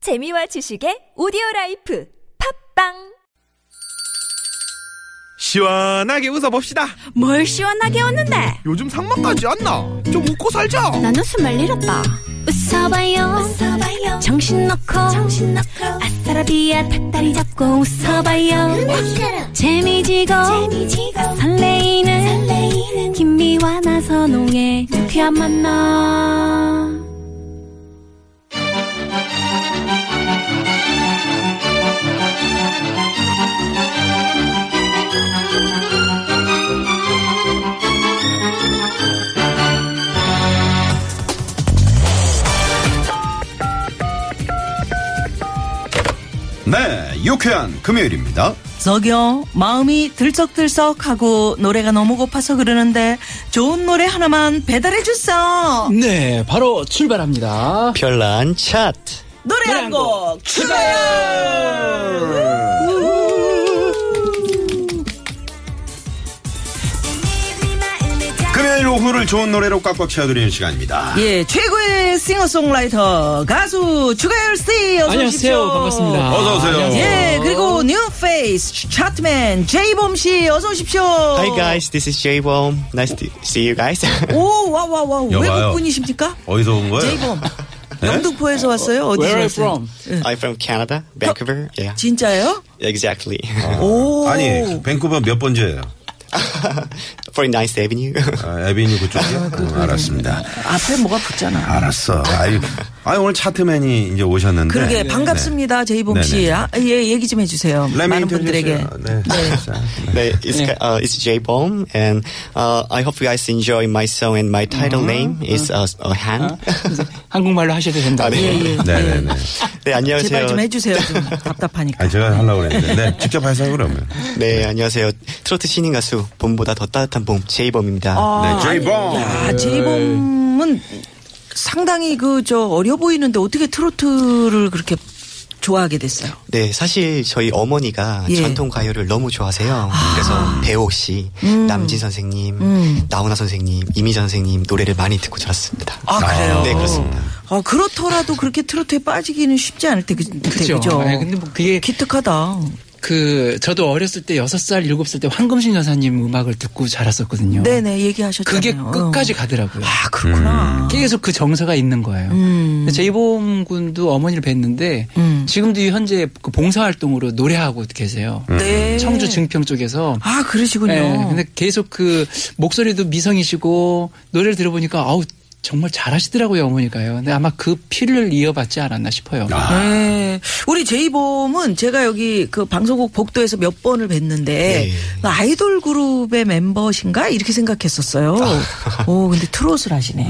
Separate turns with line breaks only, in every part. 재미와 지식의 오디오 라이프 팝빵
시원하게 웃어봅시다.
뭘 시원하게 웃는데
요즘 상만까지 안 나. 좀 웃고 살자.
난 웃음을 잃었다 웃어봐요, 정신 놓고 아싸라비아 닭다리 잡고 웃어봐요 재미지고, 설레이는, 김미와 나선홍의 유쾌한 만남
네, 유쾌한 금요일입니다.
저기요, 마음이 들썩들썩하고 노래가 너무 고파서 그러는데 좋은 노래 하나만 배달해 주세요.
네, 바로 출발합니다.
별난 차트.
노래 한 곡 추가요.
금요일 오후를 좋은 노래로 꽉꽉 채워드리는 시간입니다.
예, 최고의 싱어송라이터 가수 추가열 씨 어서
안녕하세요,
오십시오.
반갑습니다.
어서 오세요.
안녕하세요.
예, 그리고 뉴 페이스 차트맨 제이범 씨 어서 오십시오.
Hi
Oh.
guys, this is J Bomb. Nice to see you guys.
오, 와, 와,
여봐요.
와,
네?
외국 분이십니까?
어디서 온 거예요?
제이범. 영등포에서 왔어요? 어디서
Where are
왔어요?
you from?
I'm from Canada, Vancouver. Yeah,
진짜요?
exactly.
Oh. 오.
아니, 밴쿠버 몇 번째예요?
49th Avenue.
아, 에비뉴 그쪽이요? 응, 알았습니다.
앞에 뭐가 붙잖아.
알았어. 아유, 아유, 오늘 차트맨이 이제 오셨는데.
그러게 반갑습니다 제이봉 씨.
네, 네네.
아, 예 얘기 좀 해주세요.
네.
많은
램이
분들에게.
들려주세요. 네. 자,
네, it's, uh, it's J Bomb, and uh, I hope you guys enjoy my song. And my title
Uh-huh.
name is uh, uh, Han.
한국말로 하셔도 된다.
아, 네.
네, 네, 네.
네, 안녕하세요.
예, 제발 좀 해주세요. 좀 답답하니까.
아, 제가 하려고 그랬는데. 네, 직접 하세요, 그러면.
네, 안녕하세요. 트로트 신인 가수 봄보다 더 따뜻한 봄 제이범입니다.
네, 제이봉.
아 제이봉은 상당히 그 저 어려 보이는데 어떻게 트로트를 그렇게 좋아하게 됐어요?
네, 사실 저희 어머니가
예.
전통 가요를 너무 좋아하세요. 그래서 배옥 씨,
음.
남진 선생님, 나훈아 선생님, 이미자 선생님 노래를 많이 듣고 자랐습니다.
아 그래요.
네, 그렇습니다.
아 그렇더라도 그렇게 트로트에 빠지기는 쉽지 않을 때 그- 그때
그죠.
그죠.
아니, 근데 뭐 그게-
기특하다.
그 저도 어렸을 때 여섯 살 일곱 살 때 황금신 여사님 음악을 듣고 자랐었거든요.
네네 얘기하셨잖아요.
그게 끝까지
어.
가더라고요.
아 그렇구나.
계속 그 정서가 있는 거예요.
음.
제이봄 군도 어머니를 뵀는데
음.
지금도 현재 그 봉사활동으로 노래하고 계세요.
음.
네.
청주 증평 쪽에서
아 그러시군요.
예, 근데 계속 그 목소리도 미성이시고 노래를 들어보니까 아우 정말 잘하시더라고요 어머니가요. 근데 아마 그 피를 이어받지 않았나 싶어요.
네. 우리 제이봄은 제가 여기 그 방송국 복도에서 몇 번을 뵀는데 그 아이돌 그룹의 멤버신가 이렇게 생각했었어요. 오, 근데 트롯을 하시네.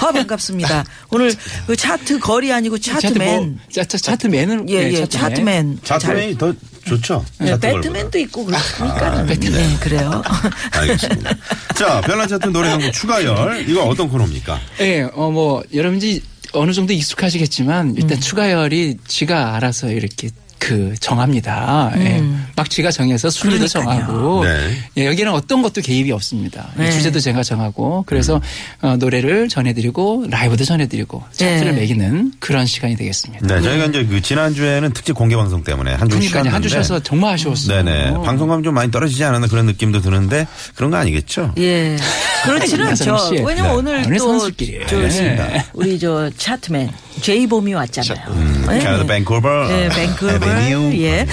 아, 반갑습니다. 오늘 그 차트 거리 아니고 차트맨.
뭐, 차, 차, 차트맨을
예, 예, 차트맨.
차트맨이 더 좋죠?
네,
차트걸보다.
배트맨도 있고 그러니까. 네, 그래요.
알겠습니다. 자, 별난 차트 노래 한곡 추가열. 이거 어떤 코너입니까?
예, 어 뭐 여러분들이 어느 정도 익숙하시겠지만
음.
일단 추가열이 지가 알아서 이렇게 그 정합니다. 예, 막 지가 정해서 순위도
음. 그러니까요.
정하고
네.
예, 여기는 어떤 것도 개입이 없습니다. 이
네.
주제도 제가 정하고 그래서
음.
어, 노래를 전해드리고 라이브도 전해드리고 차트를
네.
매기는 그런 시간이 되겠습니다.
예.
네, 저희가 이제 그 지난주에는 특집 공개 방송 때문에 한주
그러니까 한 주셔서 정말 아쉬웠어요.
네네. 방송감 좀 많이 떨어지지 않았나 그런 느낌도 드는데 그런 거 아니겠죠?
예. 그렇지는 않죠.
씨.
왜냐면
네.
오늘
오늘 네.
또
선수끼리.
저-
알겠습니다.
우리 저 차트맨 제이봄이 왔잖아요. 네.
캐나다
아.
밴쿠버.
네, 밴쿠버.
에베뉴.
예.
네,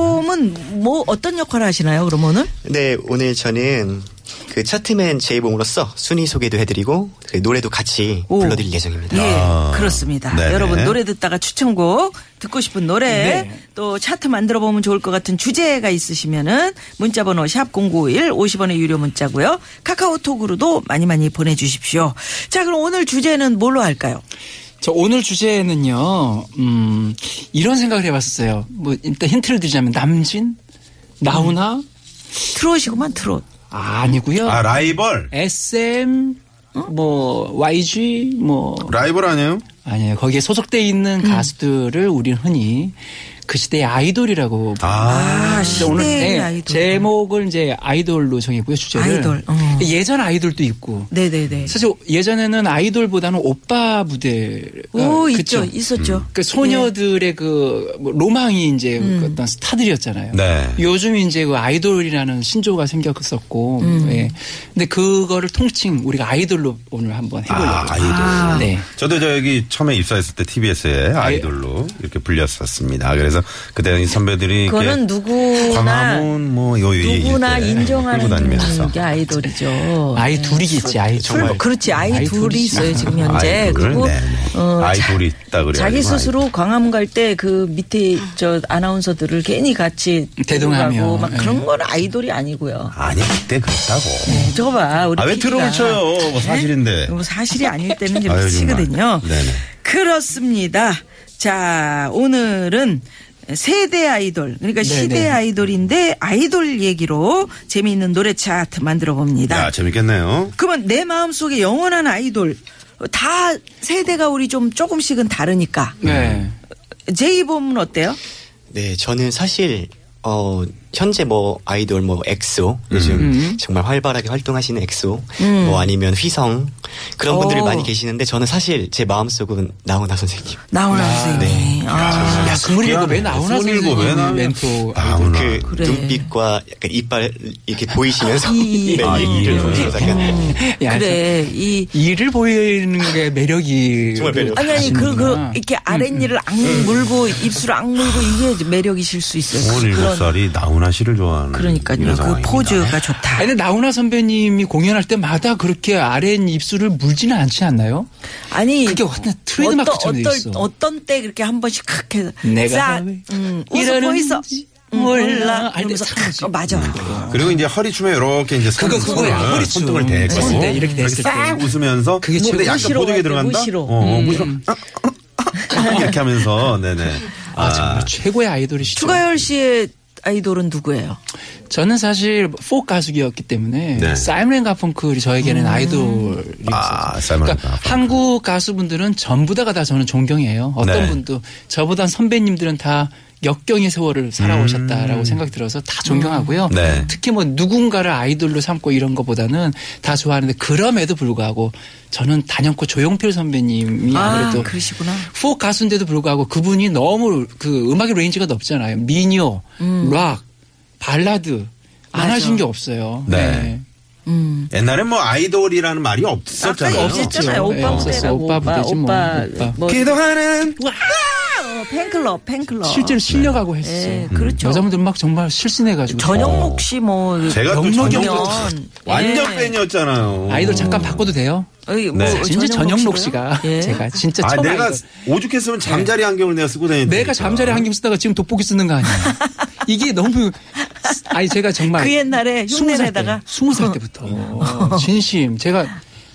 제이봄은 뭐 어떤 역할을 하시나요? 그럼 오늘?
네, 오늘 저는 그 차트맨 제이봉으로서 순위 소개도 해드리고 그 노래도 같이
오.
불러드릴 예정입니다.
예,
아.
그렇습니다.
네네.
여러분 노래 듣다가 추천곡 듣고 싶은 노래
네.
또 차트 만들어 보면 좋을 것 같은 주제가 있으시면은 문자번호 샵0951 50원의 유료 문자고요. 카카오톡으로도 많이 많이 보내주십시오. 자 그럼 오늘 주제는 뭘로 할까요?
저 오늘 주제는요, 음, 이런 생각을 해봤었어요. 뭐, 일단 힌트를 드리자면, 남진? 나훈아?
트롯이구만 트롯.
아니고요
아,
예.
라이벌.
SM, 뭐, YG, 뭐,
라이벌 아니에요?
아니에요. 거기에 소속돼 있는
음.
가수들을 우리는 흔히 그 시대의 아이돌이라고
아,
아,
근데
시대의
네,
아이돌.
제목을 이제 아이돌로 정했고요 주제를
아이돌, 어.
예전 아이돌도 있고
네네네.
사실 예전에는 아이돌보다는 오빠 무대가
오,
어, 그쵸?
있죠. 있었죠.
그 소녀들의 그 로망이 이제
음.
그 어떤 스타들이었잖아요.
네.
요즘 이제 그 아이돌이라는 신조가 생겼었고,
음.
예. 근데 그거를 통칭 우리가 아이돌로 오늘 한번 해보려고.
아, 아이돌.
네.
저도 저기 처음에 입사했을 때
예.
TBS에 아이돌로 이렇게 불렸었습니다. 그래서 음. 그때 이 선배들이
그거는
이렇게
누구나
그러니까 광화문 뭐요
누구나 인정하는
끌고 다니면서
게 아이돌이죠.
아이 둘이겠지, 아이
네. 술 먹-
정말.
그렇지 아이,
아이
둘이
둘이지.
있어요 지금 현재
아이돌을,
그리고
네, 네.
어,
아이돌이 있다 그래요.
자기 스스로 광화문 갈 때 그 밑에 저 아나운서들을 괜히 같이
음. 대동하며.
데리고 가고 막
예.
그런 건 아이돌이 아니고요. 네,
아니 그때 그랬다고.
저거 봐 우리
아, 왜
PD가.
트럭을 쳐요?
네?
뭐 사실인데.
뭐 사실이 아닐 때는 좀
아유, 정말.
미치거든요.
네네.
그렇습니다. 자 오늘은 세대 아이돌 그러니까 시대
네네.
아이돌인데 아이돌 얘기로 재미있는 노래 차트 만들어 봅니다.
야 재밌겠네요.
그러면 내 마음속에 영원한 아이돌 다 세대가 우리 좀 조금씩은 다르니까
네.
제이봄은 어때요?
네, 저는 사실 어 현재 뭐 아이돌 뭐 엑소 요즘
음.
정말 활발하게 활동하시는 엑소 뭐 아니면 휘성 그런
오.
분들이 많이 계시는데 저는 사실 제 마음속은 나훈아 선생님.
나훈아 선생님. 아,
네. 야, 그 27에
미안해.
나훈아
27에
선생님
나훈아.
멘토.
아우나.
그 눈빛과 약간 이빨 이렇게 보이시면서
이- 음.
네,
아,
이를
이를.
보면서 약간
야,
그래 이
이를 보이는 게 매력이.
정말 매력.
아니 아니 그 그
하시는구나. 음,
이렇게 아랫니를 악물고 입술을 악물고 이게 이제 매력이실 수 있어요.
27살이 나훈아 씨를 좋아하는.
그러니까요.
이런
그
상황입니다.
포즈가 좋다.
아니, 근데 나훈아 선배님이 공연할 때마다 그렇게 아랫 입술을 물지는 않지 않나요?
아니
그게 완전 트레이드마크처럼 돼
어떤
있어.
어떤 어떤 때 그렇게 한 번씩 칵 해서
내가
자,
왜
음, 웃어
이러는지 음,
보이서 음,
몰라.
몰라.
아니,
이러면서
참 음, 웃지.
칵, 어, 맞아.
그리고 이제 허리춤에 이렇게 이제 손-
그거, 그거야.
손을
허리춤.
손등을 대고
했을 때, 이렇게 됐을
싹
때.
웃으면서 뭐,
그게 네, 지금
근데 약간
무시로
보조개
할 때,
들어간다.
뭐
무시로.
어,
음.
무시로. 아, 아, 아, 이렇게 하면서 네네.
아, 정말 최고의 아이돌이시죠.
추가열 씨의 아이돌은 누구예요?
저는 사실 포크 가수기였기 때문에
네.
사이먼 가펑클이 저에게는 아이돌이었어요.
아, 사이먼
그러니까
가펑클.
한국 가수분들은 전부 다가 다 저는 존경해요. 어떤
네.
분도 저보다 선배님들은 다 역경의 세월을 살아오셨다라고 생각이 들어서 다 존경하고요.
네.
특히 뭐 누군가를 아이돌로 삼고 이런 것보다는 다 좋아하는데 그럼에도 불구하고 저는 단연코 조용필 선배님이
아,
아무래도
그러시구나. 포
가수인데도 불구하고 그분이 너무 그 음악의 레인지가 넓잖아요. 미녀, 락, 발라드 안
음. 맞아.
하신 게 없어요.
네. 옛날엔 뭐 아이돌이라는 말이
아까
없었잖아요.
없었잖아요. 오빠
음, 없었죠. 예, 없었어.
무대라고
오빠 무대지 뭐.
오빠,
오빠.
뭐
기도하는
어, 팬클럽 팬클럽.
실제로 실려가고
예,
했어요.
그렇죠.
여자분들 막 정말 실신해가지고
전영록 씨뭐
아, 제가 또 전영록 완전
예.
팬이었잖아요.
아이돌 잠깐 바꿔도 돼요?
어이, 뭐
네.
진짜 전영록 씨가
씨가요? 네, 그러니까. 예.
제가 진짜
아,
처음
내가
아이돌.
오죽했으면 잠자리 안경을 내가 쓰고 다니는
내가 잠자리 한김 쓰다가 지금 돋보기 쓰는 거 아니에요? 이게 너무 아니 제가 정말
그 옛날에
스무 살
흉내내다가
때, 스무 살 때부터 어, 진심 제가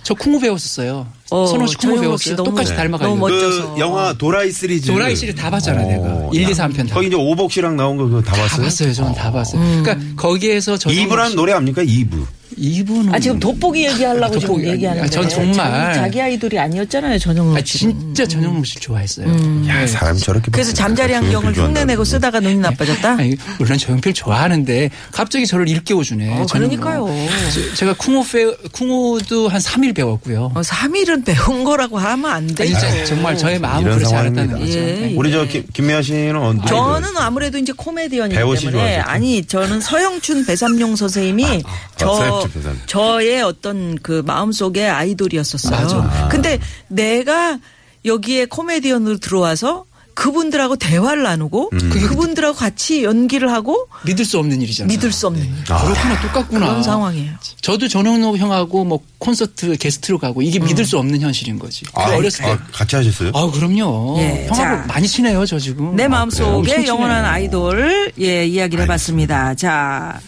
저 쿵우 배웠었어요.
어,
선호 씨 쿵우
전영록
배웠어요.
씨 너무-
똑같이
네.
닮아가지고
너무
그
멋져서.
영화 도라이 시리즈.
도라이 시리즈 다 봤잖아, 내가. 1, 2, 3편 다.
어, 거기 이제 오복 씨랑 나온 거 그거 다
다
봤어요?
봤어요. 저는 다 봤어요. 그러니까 거기에서 저
이브라는 뭐- 노래 합니까? 이브.
이분은
아 지금 돋보기 얘기하려고
돋보기
지금
아니-
얘기하는데
아, 전 정말-
자기, 자기 아이돌이 아니었잖아요 전영록
아,
씨.
진짜 전영록 씨를 좋아했어요.
음.
야, 사람 저렇게.
그래서
바꾸니까
아,
잠자리
조용히
안경을
조용히
흉내내고
한다고.
쓰다가 눈이 나빠졌다.
아니, 물론 조용필 좋아하는데 갑자기 저를 일깨워주네.
어,
저는
그러니까요.
뭐. 제- 제가 쿵호 페, 쿵호도 한 3일 배웠고요.
어, 3일은 배운 거라고 하면 안
아니,
되죠.
진짜 정말 저의 마음을
이런
그렇지 않았다는
상황입니다.
거죠.
예.
네.
우리 저 김, 김미아 씨는 언제?
저는 아무래도 이제 코미디언이기
배우시
때문에
좋아하셨죠?
아니 저는 서영춘 배삼룡 선생님이
아,
저
서영춘 배삼룡.
저의 어떤 그 마음속의 아이돌이었었어요. 근데 내가 여기에 코미디언으로 들어와서 그분들하고 대화를 나누고
음.
그분들하고 같이 연기를 하고
믿을 수 없는 일이잖아요.
믿을 수 없는
그렇구나, 똑같구나.
그런 상황이에요.
저도 전영록 형하고 뭐 콘서트 게스트로 가고
음.
이게 믿을 수 없는 현실인 거지. 그
아,
어렸을 때.
아, 같이 하셨어요?
아, 그럼요.
예,
형하고
자.
많이 친해요, 저 지금.
내
아, 그래요?
마음속에
엄청
영원한
친해요.
아이돌 예 이야기를 해봤습니다. 자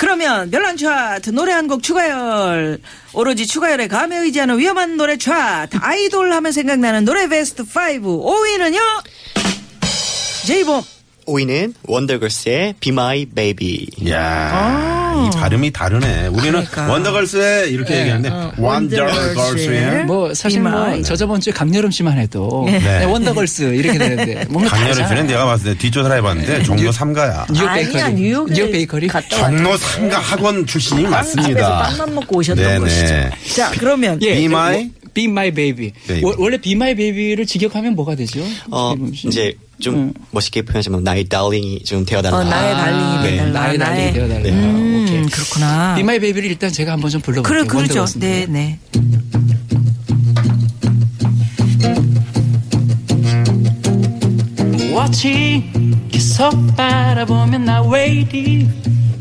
그러면 별난 차트 노래 한 곡 추가열 오로지 추가열의 감에 의지하는 위험한 노래 차트 아이돌 하면 생각나는 노래 베스트 5 5위는요 제이봄
5위는 원더걸스의 Be My Baby.
예.
이야, 이 발음이 다르네. 우리는
그러니까.
원더걸스에 이렇게 얘기하는데 원더걸스에
뭐 사실 뭐
이마이.
저저번 주에 강여름 씨만 해도
예.
네, 원더걸스 이렇게 되는데 뭔가
강렬을
다르잖아요.
주는 내가 봤을 때 뒷조사를 해봤는데 종로 삼가야
뉴욕
아니야,
베이커리
뉴욕에
뉴욕 베이커리
갔다 왔-
종로 삼가 학원 출신이
집에서
맞습니다.
빵만 먹고 오셨던
네네.
것이죠. 자, 그러면
예,
Be my-
뭐, be my baby.
baby.
월- 원래 be my baby를 직역하면 뭐가 되죠?
어,
김범 씨?
이제 좀 멋있게 표현하자면 나의 달링이 좀 되어달라.
음. 어, 나의
아,
달링이 되달라.
나의 달링이 되어달라. 아,
음,
오케이.
그렇구나.
be my baby를 일단 제가 한번 좀 불러볼게요.
그래, 그렇죠.
원더걸스인데.
네, 네.
watching 계속 바라보면 나 waiting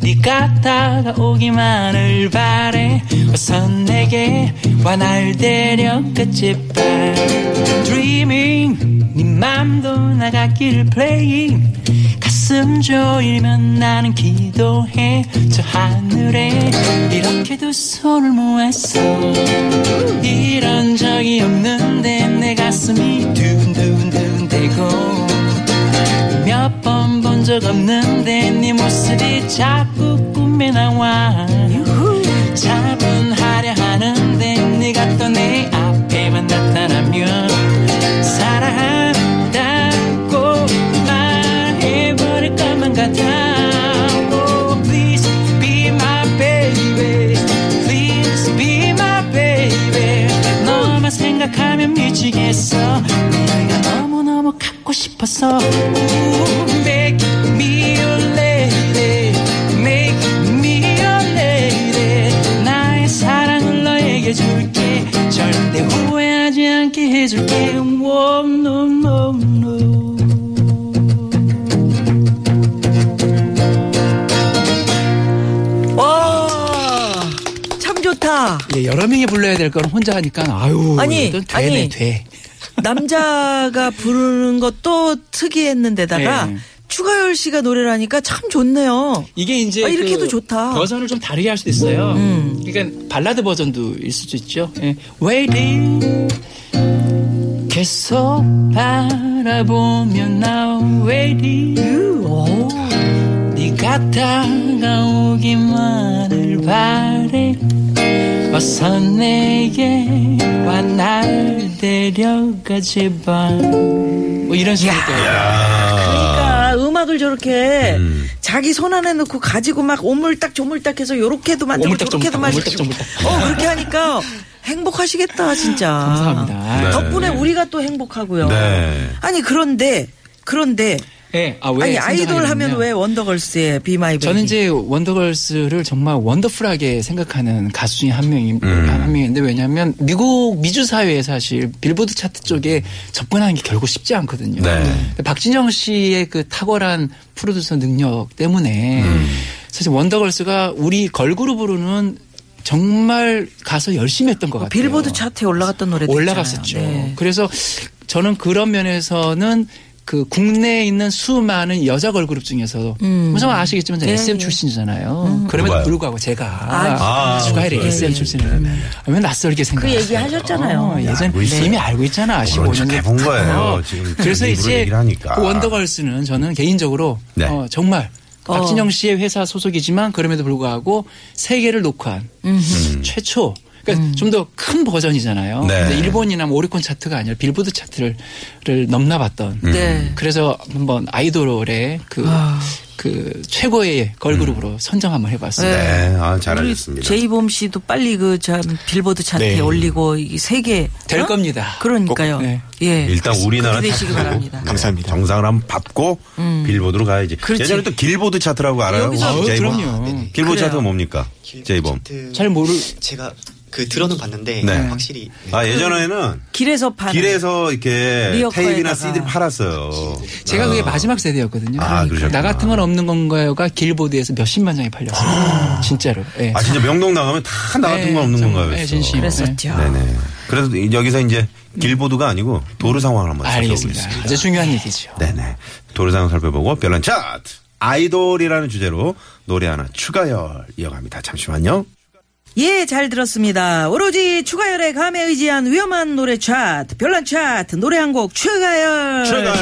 네가 다가오기만을 바래 어서 내게 와 날 데려 끝집봐 dreaming 네 맘도 나가길 playing 가슴 조이면 나는 기도해 저 하늘에 이렇게 두 손을 모았어 이런 적이 없는데 내 가슴이 두근두근두근 대고 몇 번 본 적 없는데 네 모습이 자꾸 꿈에 나와 차분하려 하는데 네가 또 내 앞에만 나타나면 사랑한다고 말해버릴 것만 같아 Oh, Please be my baby Please be my baby 너만 생각하면 미치겠어 내가 너무너무 갖고 싶어서 Ooh, Make me your lady Make me your lady 나의 사랑을 너에게 줄게 절대 후회하지 않게 해줄게 Oh, no, no, no. 네.
와, 참 좋다.
예, 여러 명이 불러야 될 건 혼자 하니까 아유
아니,
이건 되네
아니.
돼.
남자가 부르는 것도 특이했는데다가
예.
추가열 씨가 노래를 하니까 참 좋네요.
이게 이제
아, 이렇게
그
해도 좋다. 음.
버전을 좀 다르게 할 수도 있어요. 그러니까 발라드 버전도 있을 수도 있죠. 예. Waiting 계속 바라보면 나 waiting
오.
네가 다가오기만을 바래 어서 내게 와 날 데려가 제발 뭐 이런 식으로
아.
그러니까 음악을 저렇게 자기 손 안에 넣고 가지고 막 오물딱 조물딱 해서 요렇게도 만들고
오물딱
저렇게도
조물딱,
만들고
오물딱 조물딱.
어 그렇게 하니까 행복하시겠다 진짜
감사합니다.
네.
덕분에 우리가 또 행복하고요
네.
아니 그런데 그런데
예, 아, 왜
네. 아니 아이돌
선정하냐면요.
하면 왜 원더걸스의 비마이
저는 이제 원더걸스를 정말 원더풀하게 생각하는 가수 중에 한 명이 한 명인데 왜냐하면 미국 미주 사회에 사실 빌보드 차트 쪽에 접근하는 게 결국 쉽지 않거든요.
네.
근데 박진영 씨의 그 탁월한 프로듀서 능력 때문에 사실 원더걸스가 우리 걸그룹으로는 정말 가서 열심히 했던 것 같아요.
그 어, 빌보드 차트에 올라갔던 노래
올라갔었죠.
네.
그래서 저는 그런 면에서는 그 국내에 있는 수많은 여자 걸그룹 중에서도 무슨 아시겠지만 저는
예,
SM
예.
출신이잖아요. 그럼에도
누가요? 네,
불구하고 제가
음. 아,
주가일의 SM 출신이라면 왜 낯설게
그
생각하세요?
얘기 하셨잖아요.
네. 어, 예전에
알고 있어요.
이미 알고 있잖아.
그걸 좀
15년
해본 거예요. 어, 지금
어, 그래서
입으로
이제
얘기를 하니까.
그 원더걸스는 저는 개인적으로
네.
어, 정말
어.
박진영 씨의 회사 소속이지만 그럼에도 불구하고 세계를 녹화한 최초
음.
그러니까 좀 더 큰 버전이잖아요.
음. 네.
근데 일본이나 뭐 오리콘 차트가 아니라 빌보드 차트를 를 넘나봤던.
음.
네.
그래서 한번 아이돌의 그, 그 최고의 걸그룹으로
음.
선정 한번 해봤어요. 다
네, 아, 잘하셨습니다.
제이봄 씨도 빨리 그 참 빌보드 차트에
네.
올리고 이 세계 어?
될 겁니다.
그러니까요.
꼭, 네.
예.
일단 우리나라
기대시기
차트로
바랍니다.
감사합니다.
정상을 한번 밟고 빌보드로 가야지.
그렇지.
예전에 또 길보드 차트라고 알아요?
여기서-
혹시
음. 어,
제이범?
그럼요.
네. 길보드 차트가 뭡니까? 제이범. 뭐.
잘 모를
제가 그 들어는 봤는데
네.
확실히
아, 예전에는
길에서 파는
길에서 이렇게
리어커에다가.
테이프나 CD를 팔았어요.
제가 그게 마지막 세대였거든요.
아,
그러니까
그러셨구나.
나 같은 건 없는 건가요가 길보드에서 몇십만 장이 팔렸어요. 진짜로. 예.
아, 진짜 명동 나가면 다 나 같은
네,
건 없는
참,
건가요?
네, 진심.
그랬었죠.
네네. 그래서 이- 여기서 이제 길보드가 아니고 도로 상황을 한번
음. 알겠습니다.
살펴보겠습니다.
아주 중요한 얘기죠.
네네. 도로 상황 살펴보고 별난 차트 아이돌이라는 주제로 노래 하나 추가열 이어갑니다. 잠시만요.
예, 잘 들었습니다. 오로지 추가열의 감에 의지한 위험한 노래 차트, 별난 차트, 노래 한 곡 추가열.
추가열.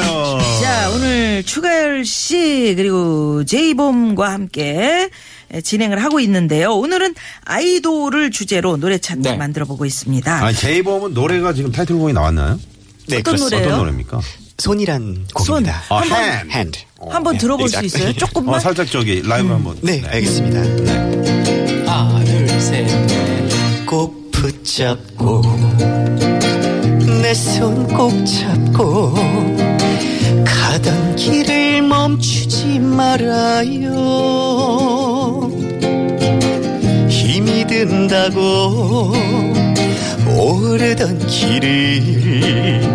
자, 오늘 오늘 추가열 씨 그리고 제이봄과 함께 진행을 하고 있는데요. 오늘은 아이돌을 주제로 노래 찾기
네.
만들어 보고 있습니다.
아니 제이범은 노래가 지금 타이틀곡이 나왔나요?
네,
어떤
그렇습니다.
노래요?
어떤 노래입니까?
손이란 곡입니다.
아, 햄.
Hand.
한번
네,
들어볼 수
exactly.
있어요? 조금만.
어, 살짝 저기 라이브 한번.
네, 알겠습니다.
네.
하나, 둘, 셋.
음.
꼭 붙잡고 내 손 꼭 잡고 가던 길을 멈추지 말아요 힘이 든다고 오르던 길을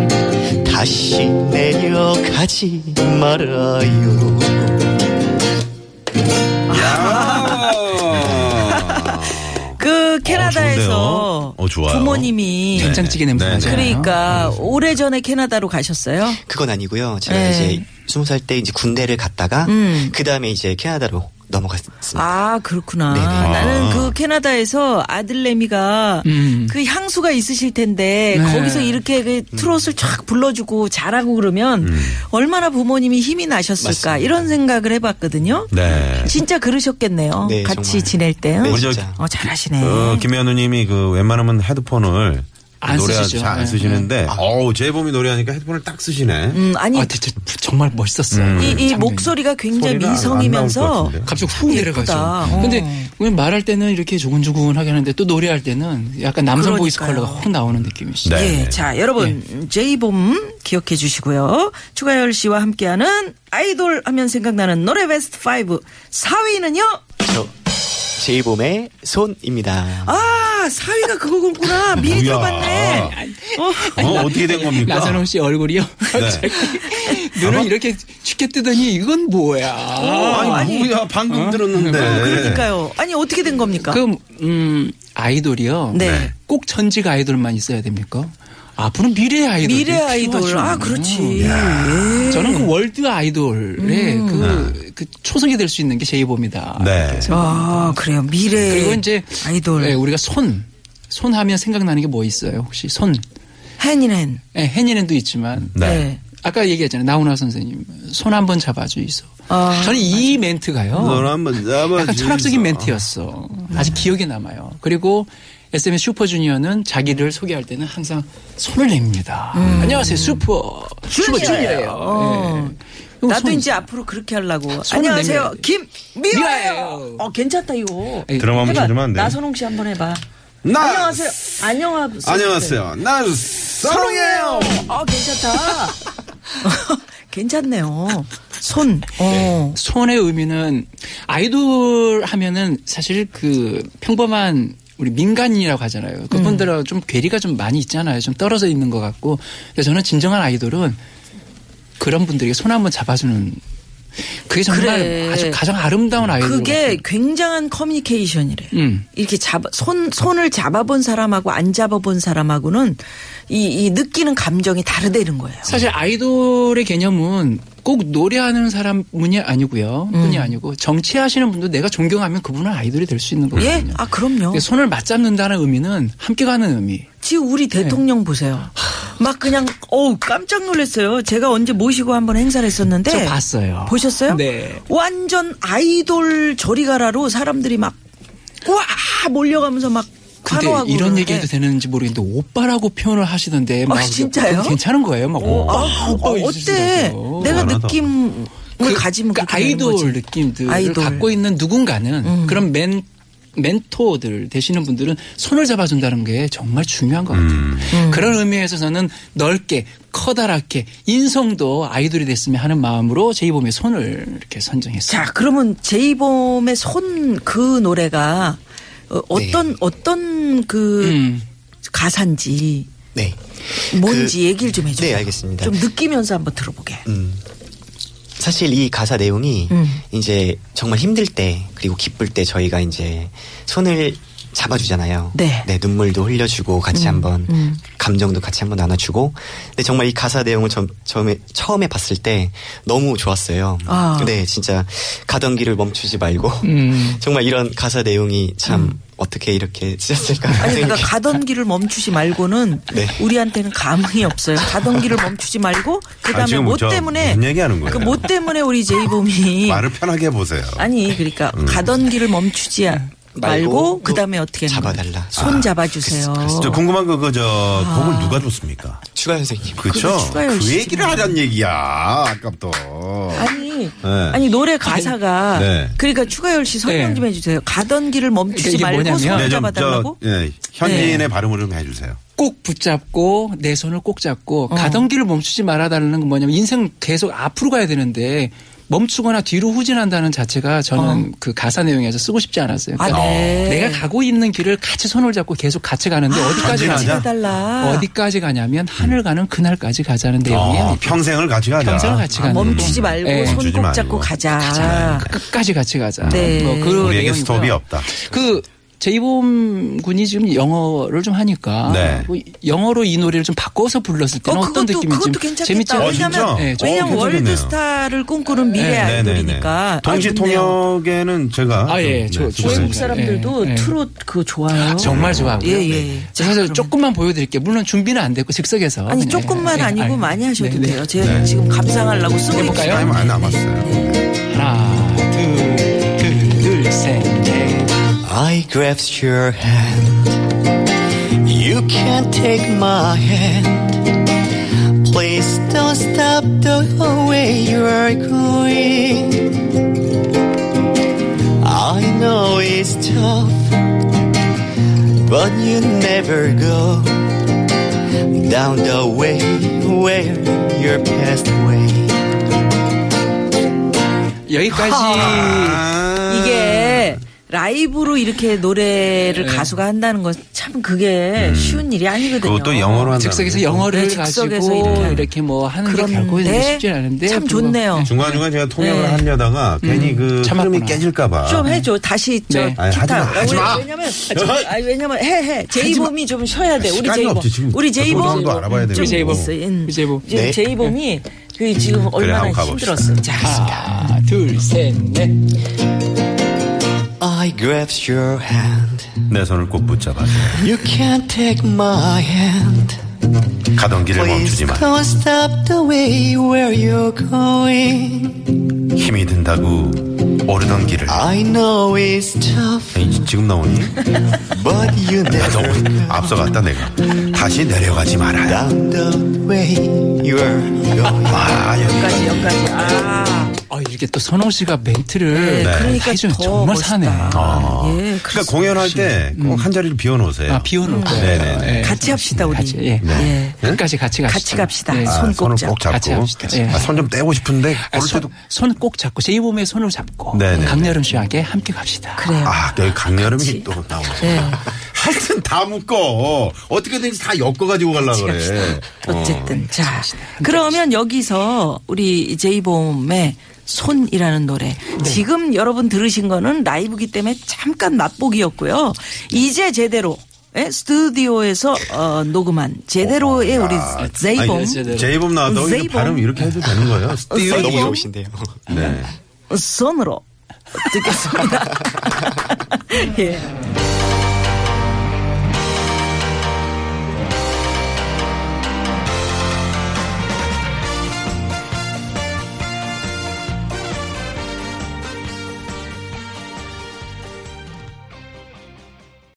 다시 내려가지 말아요
그
좋은데요?
캐나다에서
어, 좋아요.
부모님이
네.
된장찌개 냄새
네,
나죠.
네.
그러니까 오래 전에 캐나다로 가셨어요.
그건 아니고요. 제가
네.
이제 스무 살 때 이제 군대를 갔다가
음.
그 다음에 이제 캐나다로 넘어갔습니다.
아 그렇구나.
네네. 아.
나는 그 캐나다에서 아들내미가
음.
그 향수가 있으실 텐데
네.
거기서 이렇게 그 트롯을 쫙 불러주고 잘하고 그러면 얼마나 부모님이 힘이 나셨을까
맞습니다.
이런 생각을 해봤거든요.
네.
진짜 그러셨겠네요.
네,
같이
정말.
지낼 때요.
네,
우리 저-
진짜.
어 잘하시네.
어, 김현우님이 그 웬만하면 헤드폰을
안
노래
쓰시죠.
잘안
네,
쓰시는데 어우 제이범이 노래하니까 헤드폰을 딱 쓰시네.
음 아니
아, 대체 정말 멋있었어요.
음.
이, 이
장면이.
목소리가
소리가 안- 안 나올
굉장히
것
미성이면서
같은데요?
갑자기 훅 내려가죠.
예쁘다. 어.
근데 왜 말할 때는 이렇게 조근조근하게 하는데 또 노래할 때는 약간 남성 보이스
그러니까요.
컬러가 확 나오는 느낌이시죠.
네.
예, 자 여러분 제이봄 기억해 주시고요. 추가열 씨와 함께하는 아이돌 하면 생각나는 노래 베스트 5 4위는요.
저 제이봄의 손입니다.
아 4위가 그거구나.
뭐야.
미리 들어봤네. 어.
어, 어떻게 된 겁니까? 네.
나선홍 씨 얼굴이요. 갑자기 눈을 이렇게 쉽게 뜨더니 이건 뭐야.
아니, 어? 뭐야 방금 들었는데.
그러니까요. 아니 어떻게 된 겁니까?
그럼 음 아이돌이요.
네. 네.
꼭 전직 아이돌만 있어야 됩니까? 앞으로는 미래 아이돌.
미래 아이돌. 아
음.
그렇지. 예.
저는 그 월드 아이돌의
음. 네.
그, 그 초석이 될 수 있는 게 제이봅니다.
네.
아 그래요. 미래.
그리고 이제
아이돌.
예, 우리가 손. 손 하면 생각나는 게 뭐 있어요? 혹시 손.
헨이는.
예, 혜니는도 있지만
네.
아까 얘기했잖아요. 나훈아 선생님. 손 한번 잡아주이소.
아,
저는 이 멘트가요.
어.
손 한번 잡아주이소.
약간 철학적인 멘트였어.
음.
아직 기억에 남아요. 그리고 SM 슈퍼주니어는 자기를 소개할 때는 항상 손을 냅니다. 안녕하세요. 슈퍼.
음. 주니어예요. 어.
예. 그럼
나도
손-
이제 앞으로 그렇게 하려고.
손을
안녕하세요.
내밀어야 돼.
김미화예요.
미화예요.
어, 괜찮다, 이거.
예.
드럼 아, 한번
해봐.
쳐주면 안 돼요?
나선홍 씨 한번 해봐.
나-
안녕하세요. 안녕하세요.
안녕하세요. 난
선홍이에요.
사랑해요.
아, 괜찮다. 괜찮네요. 손. 어.
손의 의미는 아이돌 하면은 사실 그 평범한 우리 민간인이라고 하잖아요. 그분들하고
음.
좀 괴리가 좀 많이 있잖아요. 좀 떨어져 있는 것 같고. 근데 저는 진정한 아이돌은 그런 분들에게 손 한번 잡아주는 그게 정말
그래.
아주 가장 아름다운 아이돌.
그게
같아요.
굉장한 커뮤니케이션이래.
음.
이렇게 잡아, 손, 손을 잡아본 사람하고 안 잡아본 사람하고는 이, 이 느끼는 감정이 다르다는 거예요.
사실 아이돌의 개념은 꼭 노래하는 사람뿐이 아니고요. 뿐이
음.
아니고 정치하시는 분도 내가 존경하면 그분은 아이돌이 될 수 있는 거거든요.
예? 아, 그럼요.
근데 손을 맞잡는다는 의미는 함께 가는 의미.
지금 우리 대통령 보세요. 막 그냥 어우 깜짝 놀랐어요. 제가 언제 모시고 한번 행사를 했었는데
저 봤어요.
네. 보셨어요?
네.
완전 아이돌 저리가라로 사람들이 막 우와 몰려가면서 막
근데
환호하고
이런
그러는데
얘기해도 되는지 모르겠는데 오빠라고 표현을 하시던데 막
진짜요?
그건 괜찮은 거예요. 막 오빠,
아,
오빠
어, 어때?
이러시더라고요.
내가
잘하다.
느낌을 가지면
그러니까
그렇게 되는
아이돌
거지.
느낌들을
아이돌. 음.
갖고 있는 누군가는 그런 멘 멘토들 되시는 분들은 손을 잡아준다는 게 정말 중요한 것 같아요.
음.
그런 의미에서는 넓게 커다랗게 인성도 아이돌이 됐으면 하는 마음으로 제이봄의 손을 이렇게
자
선정했어요.
그러면 제이봄의 손 그 노래가 어, 어떤 어떤 그
네. 음.
가사인지
네.
뭔지
그-
얘기를 좀 해주세요.
네, 알겠습니다.
좀 느끼면서 한번 들어보게.
음. 사실 이 가사 내용이
음.
이제 정말 힘들 때 그리고 기쁠 때 저희가 이제 손을 잡아주잖아요.
네. 음.
눈물도 흘려주고 같이 한번 감정도 같이 한번 나눠주고. 근데 정말 이 가사 내용을 처, 처음에 처음에 봤을 때 너무 좋았어요.
아.
네, 진짜 가던 길을 멈추지 말고
음.
정말 이런 가사 내용이 참 어떻게 이렇게 쓰셨을까
아니 그러니까
선생님께.
가던 길을 멈추지 말고는
네.
우리한테는 감흥이 없어요. 가던 길을 멈추지 말고
아,
그다음에
지금
뭐
저
때문에
무슨 얘기하는 거예요?
그 뭐 때문에 우리 제이봄이
말을 음. 편하게 해보세요.
아니 그러니까 가던 길을 멈추지 아- 말고,
말고 뭐
그다음에 어떻게 하는 거예요?
잡아달라.
손 잡아주세요.
저 궁금한 거, 그, 저, 곡을 누가 줬습니까?
추가 선생님
그쵸?
아. 그거 추가열
그
씨.
얘기를 하자는 얘기야. 아깝다.
아니
네.
아니 노래 가사가
네.
그러니까 추가열 씨 설명
네.
좀 해주세요. 가던 길을 멈추지
이게
말고
뭐냐면-
손
네, 좀, 저,
잡아달라고. 네.
예, 현지인의 발음을 좀 해주세요.
꼭 붙잡고 내 손을 꼭 잡고
어.
가던 길을 멈추지 말아달라는 건 뭐냐면 인생 계속 앞으로 가야 되는데 멈추거나 뒤로 후진한다는 자체가 저는 그 가사 내용에서 쓰고 싶지 않았어요.
어. 아, 네. 아,
내가 가고 있는 길을 같이 손을 잡고 계속 같이 가는데 어디까지
같이
가냐?
가달라.
어디까지 가냐면 하늘 가는 그날까지 가자는
네,
내용이에요.
어, 평생을 같이 가자.
평생을 같이
아,
가는
멈추지
거.
말고
예.
손
멈추지
꼭
말고.
잡고 가자.
끝까지 같이 가자. 뭐
네.
그런
우리에게
내용이고요.
스톱이 없다.
그 제이봄 군이 지금 영어를 좀 하니까
네.
뭐 영어로 이 노래를 좀 바꿔서 불렀을 때는 어, 떤
그것도-
느낌인지
그것도 괜찮겠다.
어,
재밌지 않아요?
진짜?
왜냐면
네, 저-
왜냐면
어, 괜찮겠네요.
월드스타를 꿈꾸는 미래
네,
아이돌이니까
동시 통역에는 제가.
아, 예,
좀, 네,
저- 저-
좋습니다.
외국 사람들도
예, 예.
트롯 그거 좋아요.
정말 좋아하고요.
예, 예.
네.
자,
그래서
그러면-
조금만 보여드릴게요. 물론 준비는 안 됐고 즉석에서.
아니
그냥.
조금만
네,
아니고
아니,
많이 하셔도
네, 네.
돼요. 제가 지금 감상하려고 쓰고
해볼까요?
있어요. 네,
타임 네. 안 남았어요.
하나, 둘, 둘, 둘, 셋, 넷.
I grasp your hand You can't take my hand Please don't stop the way you are going I know it's tough But you never go Down the way where your past way
여기까지.
아.
이게 라이브로 이렇게 노래를
네.
가수가 한다는 건 참 그게 쉬운 일이 아니거든요.
음. 그것도 영어로 한다.
즉석에서 영어를
네, 즉석에서
가지고
이렇게
이렇게,
하는.
뭐 하는 게
그런데
결코 쉽지 않은데
참
그거-
좋네요.
중간중간 제가 통역을
네.
하려다가 괜히 그
참았구나.
흐름이 깨질까봐.
좀 해줘. 다시 저
네.
기타.
아. 아니, 하지 마, 하지 마.
왜냐면 아, 저- 아니, 왜냐면 해 해. 제이봄이 좀 쉬어야 돼. 우리
시간이
제이봄.
없지, 지금.
우리
그
제이봄.
정도 알아봐야 뭐. 되고.
좀
제이봄.
있어.
음.
인-
우리 제이봄.
지금
네.
제이봄이 그 지금 얼마나
한번 가봅시다. 아.
힘들었어. 자,
하나, 아, 둘, 셋, 넷.
I grasp your hand
내 손을 꼭 붙잡아.
You can't take my hand
가던 길을
Please
멈추지 마.
don't stop the way where you're going.
힘이 든다고 오르던 길을.
I know it's tough,
에이, 지금 나오니?
but you
나
never
너무 앞서갔다 내가. 다시 내려가지 말아요.
down the way you're going.
와, 아, 여기까지.
여기까지 여기까지. 아.
아, 이렇게 또 선홍 씨가 멘트를
네.
그러니까
그러니까
해주면
더
정말
멋있다.
사네.
아.
예,
그러니까
그렇습니다.
공연할 때 꼭 한 자리를 비워놓으세요.
아, 비오는 거.
네. 네네네. 네.
같이 합시다 우리.
같이, 예.
예.
끝까지 같이 갑시다.
같이 갑시다.
네.
아,
손을 꼭
손꼭 잡-
같이
잡고. 아,
합시다. 예.
손 좀 떼고 싶은데
아,
그럴
손-
때도
손 꼭 잡고 제이봄의 손을 잡고
네네.
강렬음 씨에게 함께 갑시다.
예. 그래요.
아, 여기 강렬음이 또 나오네. 하여튼 다 묶어. 어떻게든지 다 엮어가지고 가려고 그래.
어쨌든 자 그러면 여기서 우리 제이봄의 손이라는 노래 지금 여러분 들으신 거는 라이브기 때문에 잠깐 맛보기였고요 이제 제대로 예, 스튜디오에서 어, 녹음한 제대로의
어,
우리 제이봄
제대로.
아, 제이봄 나왔다고 이렇게
제이봄. 어,
발음 이렇게 해도 되는 거예요? 스티븐.
너무 좋으신데요.
네.
손으로 듣겠습니다. 예.